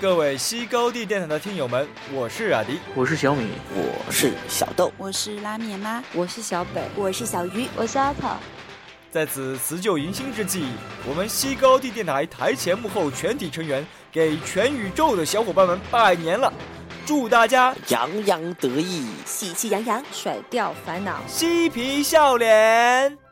各位西高地电台的听友们，我是阿迪，我是小米，我是小豆，我是拉面妈，我是小北，我是小鱼，我是阿草。在此辞旧迎新之际，我们西高地电台台前幕后全体成员给全宇宙的小伙伴们拜年了，祝大家洋洋得意，喜气洋洋，甩掉烦恼，嬉皮笑脸。